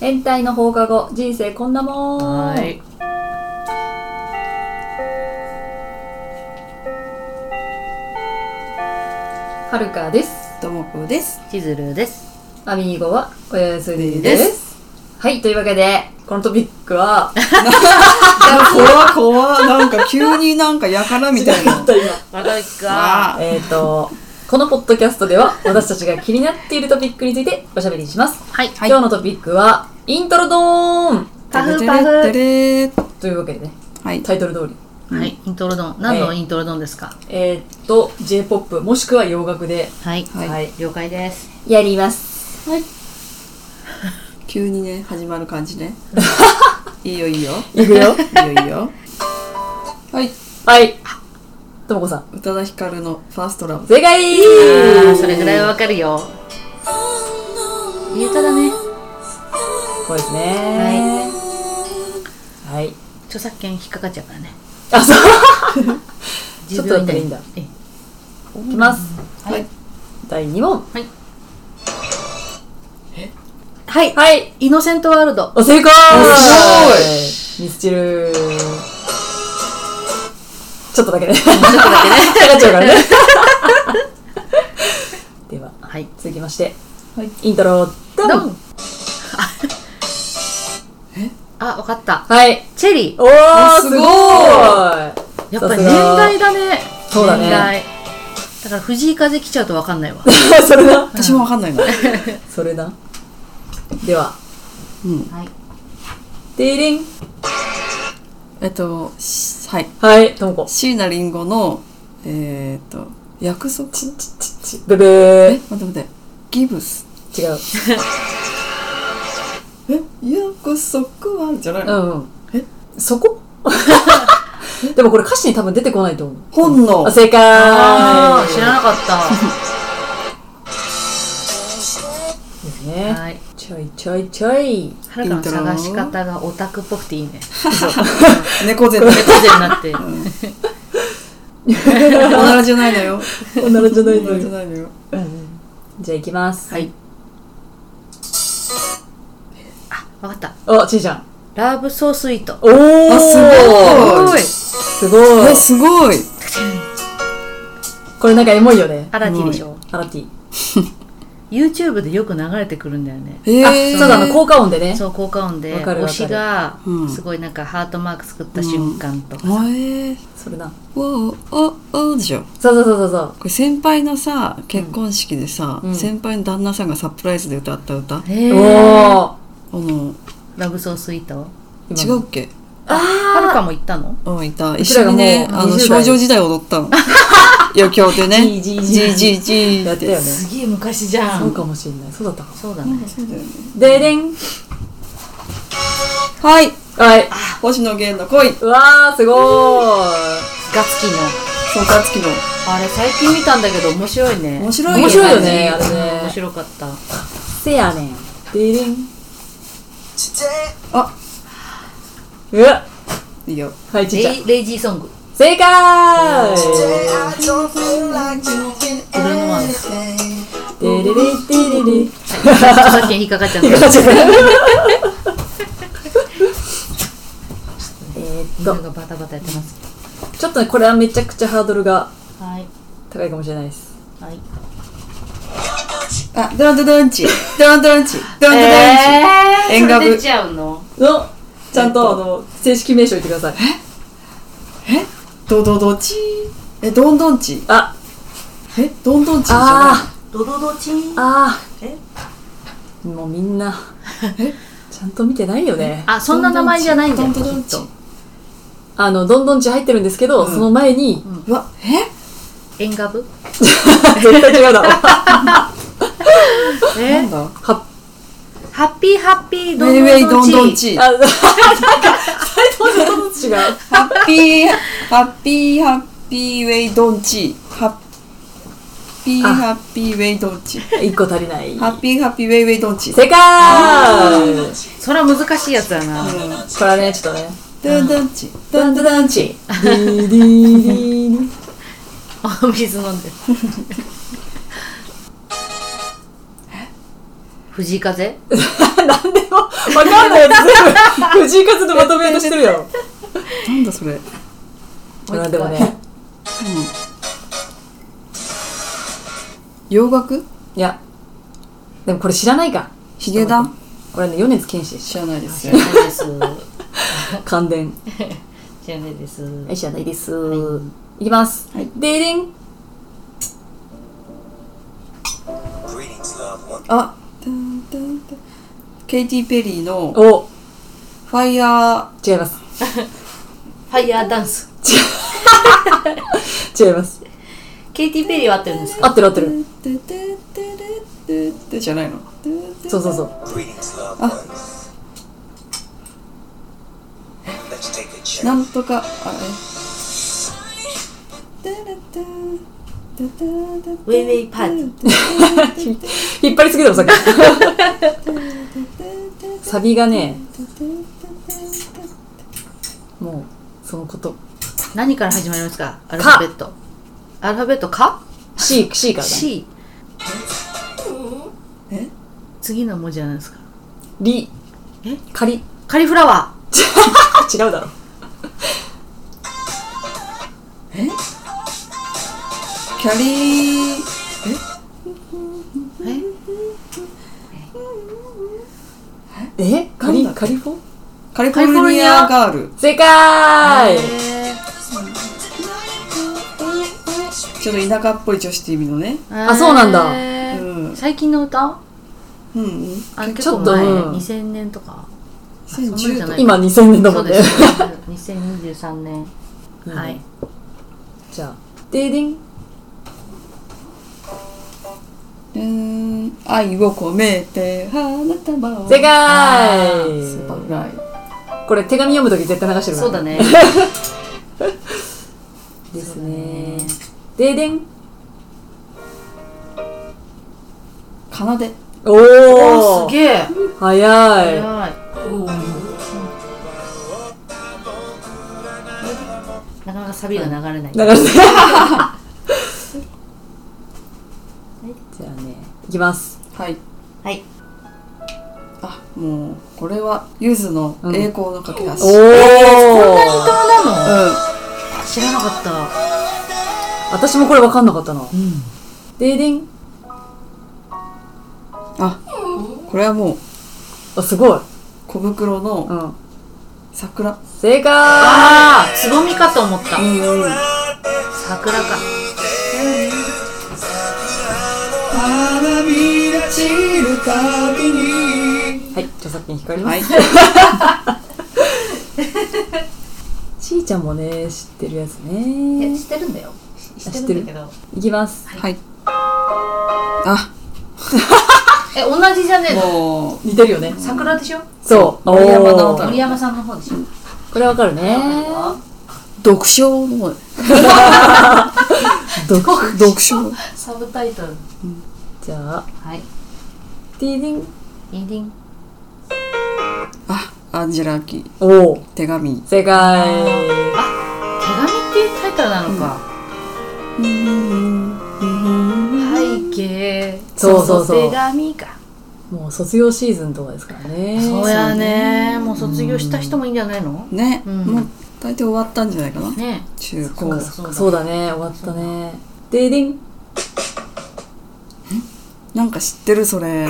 変態の放課後人生こんなもんはい。はるかですとも こです。ちずるです。アミーゴはおやすみですですはいというわけでこのトピックは怖怖なんか急になんかやからみたい な。今また行くか。あえっとこのポッドキャストでは私たちが気になっているトピックについておしゃべりします、はい。はい今日のトピックはイントロドーンパフパてフ。れーてれーというわけでねはい。タイトル通りはい。イントロドン。何のイントロドンですか。えーっと J-POP もしくは洋楽ではい。はい了解です。やります急にね、始まる感じね。いいよいいよ。いくよいいよいいよ。はい。はいともこさん宇多田ヒカルのファーストラブ。正解あーそれぐらいはわかるよ。いい歌だね。そうですねはい、はい、著作権引っかかっちゃうからね。あそう10ちょっとだったらい秒以内いんだえいきますはい。第2問はい。はい。はいイノセントワールド。お成功すごいミスチルちょっとだけねちょっとだけね。 かかっちゃうからね でははい。続きまして、はいイントロドン ドン。あ、わかった。はいチェリおーすすごいごいー。やっぱり年代だね。そうだね年代。だから藤井風来ちゃうとわかんないわ。 それな私もわかんないな。それなではうん。はい。デイリンえっと、しはい。はいともこ椎名林檎の、えーっと、約束ブブーえ、待って待って。ギブス。違うえ、約束はあるんじゃないのうんえそこでもこれ歌詞に多分出てこないと思う本能あ。正解あー知らなかっですた。ねはい。ちょいちょいちょいはるかの探し方がオタクっぽくていい ね。猫背の猫背になって。おならじゃないのよ。おならじゃないおならじゃないのよ。じゃあいきますはい。わかった。あちいちゃんラブソースイート。おーあすごいすごいえ、すごい。これなんかエモいよねアラティでしょ。アラティ YouTube でよく流れてくるんだよね。えあーそうだあの効果音でねそう、効果音で、わかるわ推かるしがう、んすごいなんかハートマーク作った瞬間とか。えー、それなおうおうおうでしょそうそうそうそうそうこれ先輩のさ結婚式でさ、うん先輩の旦那さんがサプライズで歌った歌、あへー。おーのラブソースイート今違うっけはるかも言ったのうんいたう一ちら緒がもにうねあの20少代女時代踊ったの余興でねじいじいじじいじじやっっててたよねすげえ昔じゃそうかもしれないそうだったかもそうだね。そうだよねデデンはいはい星野源の恋うわーすごーいガツキの。そうかつきのあれ、最近見たんだけど面白いね。面白い面白いよねあれうん面ね白かった。せやねんデデンあうわいいよはいちいちゃんレイレイジーソング。正解ブルーノワーズ。デレレデレレ著作権引っかかっちゃった。えーみっんなとがバタバタやってます。ちょっとねこれはめちゃくちゃハードルがはい。高いかもしれないですはい。あドンドドンチドンドンチドンドドンチ、え縁側部それ出ちゃうののちゃんとあの正式名称言ってくださいドドドチえドンドンチあえドンドンチじゃないあドドドチンーあーもうみんな ちゃんと見てないよねあ、そんな名前じゃないんだよ。ドンドンチきっとあのどんどんち入ってるんですけど、うんその前にうわえ縁側部 絶対違うだ ろえなんだはっハッピーハッピーウェドンイウェイドンドドンンチチ。ハ あなんか最初とどんどん違うッピ ー、ハッピー、ハッピーウェイドンチ。ハッピー、あハッピーウェイドンチ。一個足りないハッピー、ハッピーウェイウェイドンチ。正解それは難しいやつだな。これはねちょっとねドンドンチ。ダンダダンチ ディディディあ、水飲んでる。藤井風なんでもわかんないやつ全部藤井風のまとめようとしてるや ろなんだそれ。うん。もう一回でもね洋楽いやでもこれ知らないかヒゲダンこれね米津玄師でし知らないです知。らないです。ょ感電知らないです。はい知らないです、い、きます、はいデーリン Greetings, loved one. あ、たんたんたんケイティ・ペリーのおファイヤ違いますファイヤーダンス。違いますケイティ・ペリーは合ってるんですか合ってる合ってるーじゃないのそうそうそう。 Greetings, loved Ah. ones. Let's take a な check. んとか、あれ。ウウェイウェイパーティー。引っ張りすぎだろさっきサビがねもうそのこと何から始まりますかアルファベット。アルファベットか C, C からだ、ね、 ?C。え次の文字じゃないですか。リえカリカリフラワ違うだろキャリー、ー。ええカリなんだっけカリフォカリフォルニアガール。正解ちょっと田舎っぽい女子って意味のね。ああそうなんだうん最近の歌うん。あち結ょ構っと前、うん2000年とか。 2010あそんなんじゃない今2000年だもんねす。2023年。うんはい。じゃあデーディンうーん愛を込めて花束を正あ解ースーパーフライこれ手紙読むとき絶対流してるからそう だね。ですねデーディン奏でおおおーすげえ。早い早い。なかなかサビが流れない。流れてじゃあねいきますはいはい。あもうこれはゆずの栄光の架けおお橋、うんそうなの知らなかった。私もこれ分かんなかったなデーディンあこれはもうあすごい小袋うのん桜正解ああ、つぼみかと思った。うんうん桜か。花びら散るたびにはい著作権光りまはすいちーちゃんもね知ってるやついねや、知ってるんだよ。知知知っってるてるんんだだけど。いきますはいあえ、同じじゃねえのも似てるよね桜でしょそう森山直おー太朗森山さんの方でしょこれ分かるねう読書のどこ読書サブタイトル。じゃあはい。ディーディンディンディン。あアンジェラ・アキおお手紙正解手紙っていうタイトルなのか。背景。そうそうそう手紙か。もう卒業シーズンとかですからねそうやね。もう卒業した人もいいんじゃないのね、うんもう大体終わったんじゃないかなね中そ高うかそうかそうだね終わったねデーディンなんか知ってるそれ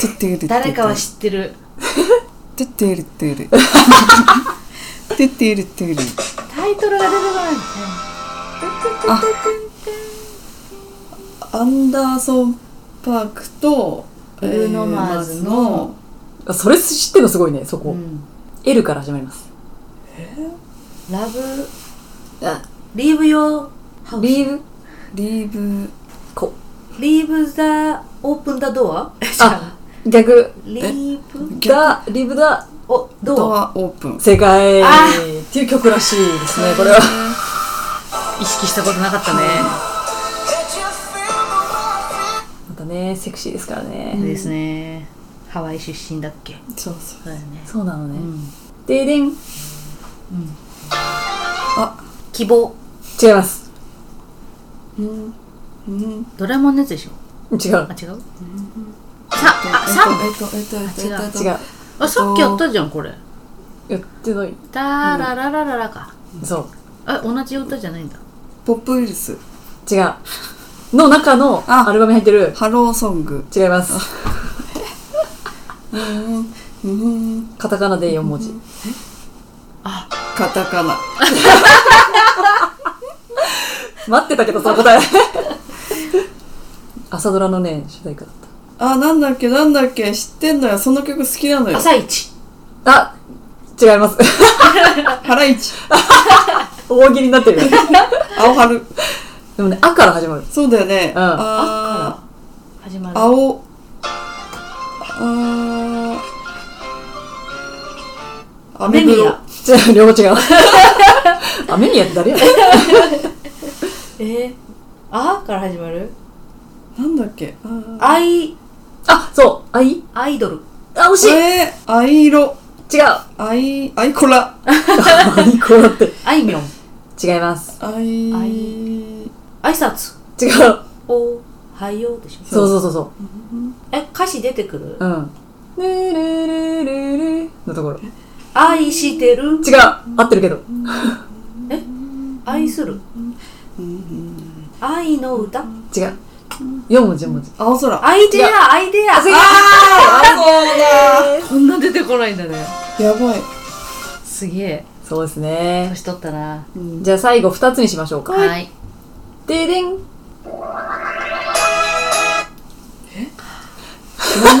てってるて誰かは知ってる。てってるてるてってるてるタイトルが出てこない。アンダーソン・パークとブルーノマーズのあそれ知ってるのすごいねそこ、うん。 L から始まり ますラブ、あリーブよ、リーブリーブこリーブザ、オープンだドアあ逆リーブ、だリブだお、ドドア。アオープン正解あっていう曲らしいですねこれは意識したことなかったね。またねセクシーですからね、ですね。ハワイ出身だっけそうそうそうだよね。そうなのね、うん。デーディン希望。違いますうんうんドラえもんのやつでしょ違うあ、違うさあ、えっ三とえっとえっとえっとあえっと違う。あ、さっきやったじゃん、これ。やってない。ダーラララララか。そう。あ、同じ歌じゃないんだ。ポップウイルス違う。の中のあアルバムに入ってる。ハローソング違います。うんカタカナで4文字。カタカナ待ってたけど、その答え。朝ドラのね、主題歌だっあなんだっけなんだっけ知ってんのよその曲好きなのよ朝一。た。あ違います。ハライチ大喜利になってるよね。青春でもね、あから始まる。そうだよね、うんあ始まーる。青あー雨雨風呂宮違う、両方違う。アメニアって誰やねんえー、あから始まるなんだっけあアイ、あ、そう。あいアイドル。あ、惜しーいえー、あいろ違う。ああいあいこらいこうだって。あいみょん。違います。あいあ挨拶。違う。そうおはようでしょ。そうそうそえ、歌詞出てくるう。うん。ルルルルルのところ。違う。愛してる合ってるけど。愛する愛の歌違う。4文字4文字。青空アイデアアイデアあこんな出てこないんだねーやばいすげえそうですね。年取ったなじゃあ最後2つにしましょうか。はいででん。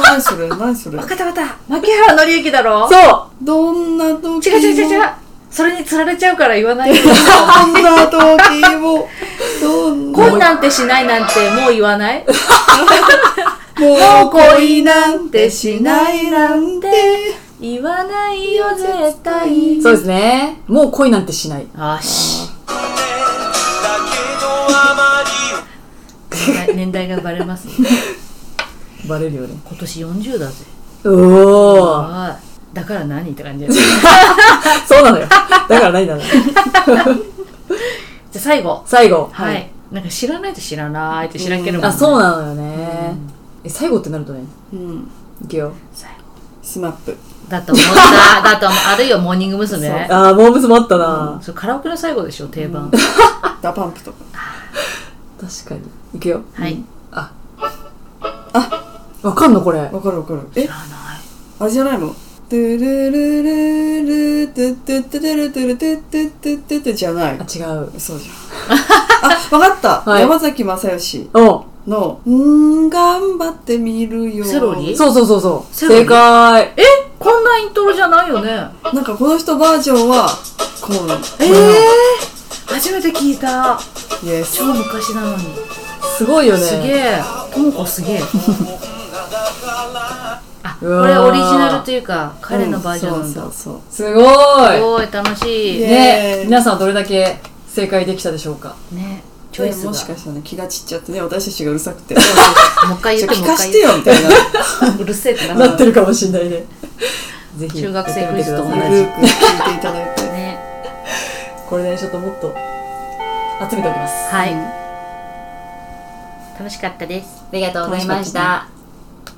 何それ何それわかったわかった牧原紀之だろそどんな時も違う違う違う違うそれに釣られちゃうから言わ ないよどんな時もどんな恋なんてしないなんてもう言わないもう恋なんてしないなんて 言わないよ絶対うそうですね。もう恋なんてしない。よしだ年代がバレます ねバレるよね。今年40だぜおー。あーだから何って感じですそうなのよ。だから何なのよ。じゃあ最後最後。はい、。なんか知らないと知らないって知らんけども、あ、そうなのよね。え、最後ってなるとね。うんいくよ。最後スマップだと思っただと思うあるよモーニング娘。あー、モーブスもあったな。そうカラオケの最後でしょ定番、ダパンプとか確かに。いくよ。はいあ。あ。わかんのこれ。わかるわかるえ知らないあれじゃないのトゥルルルルトゥトゥトゥルルトゥルトゥトゥトゥトゥトゥじゃないあ、違う。そうじゃんあわかった、はい山崎まさよしおの「んー頑張ってみるよ」セロリそうそうそうそう。セロリ正解。えこんなイントロじゃないよねなんかこの人バージョンはこうなのええ初めて聞いたイエス超昔なのにすごいよね。すげえともこすげえからあこうわーれオリジナルというか彼のバージョンなんだ、うんそうそうすごすい。ごい楽しいイエねーイ皆さんどれだけ正解できたでしょうかねチそうョイスねがもしかしたらね気が散っちゃってね私たちがうるさくてもう一回 ち言ょって聞もう一か回して言っよみたいなてうるせえってなるなってるかもしれないね。ぜひ。中学生クイズと 同やじってみてくだグさいループ聞いていただいてねこれね、ちょっともっと集めておきます。はい。楽しかったです。ありがとうございまし楽た。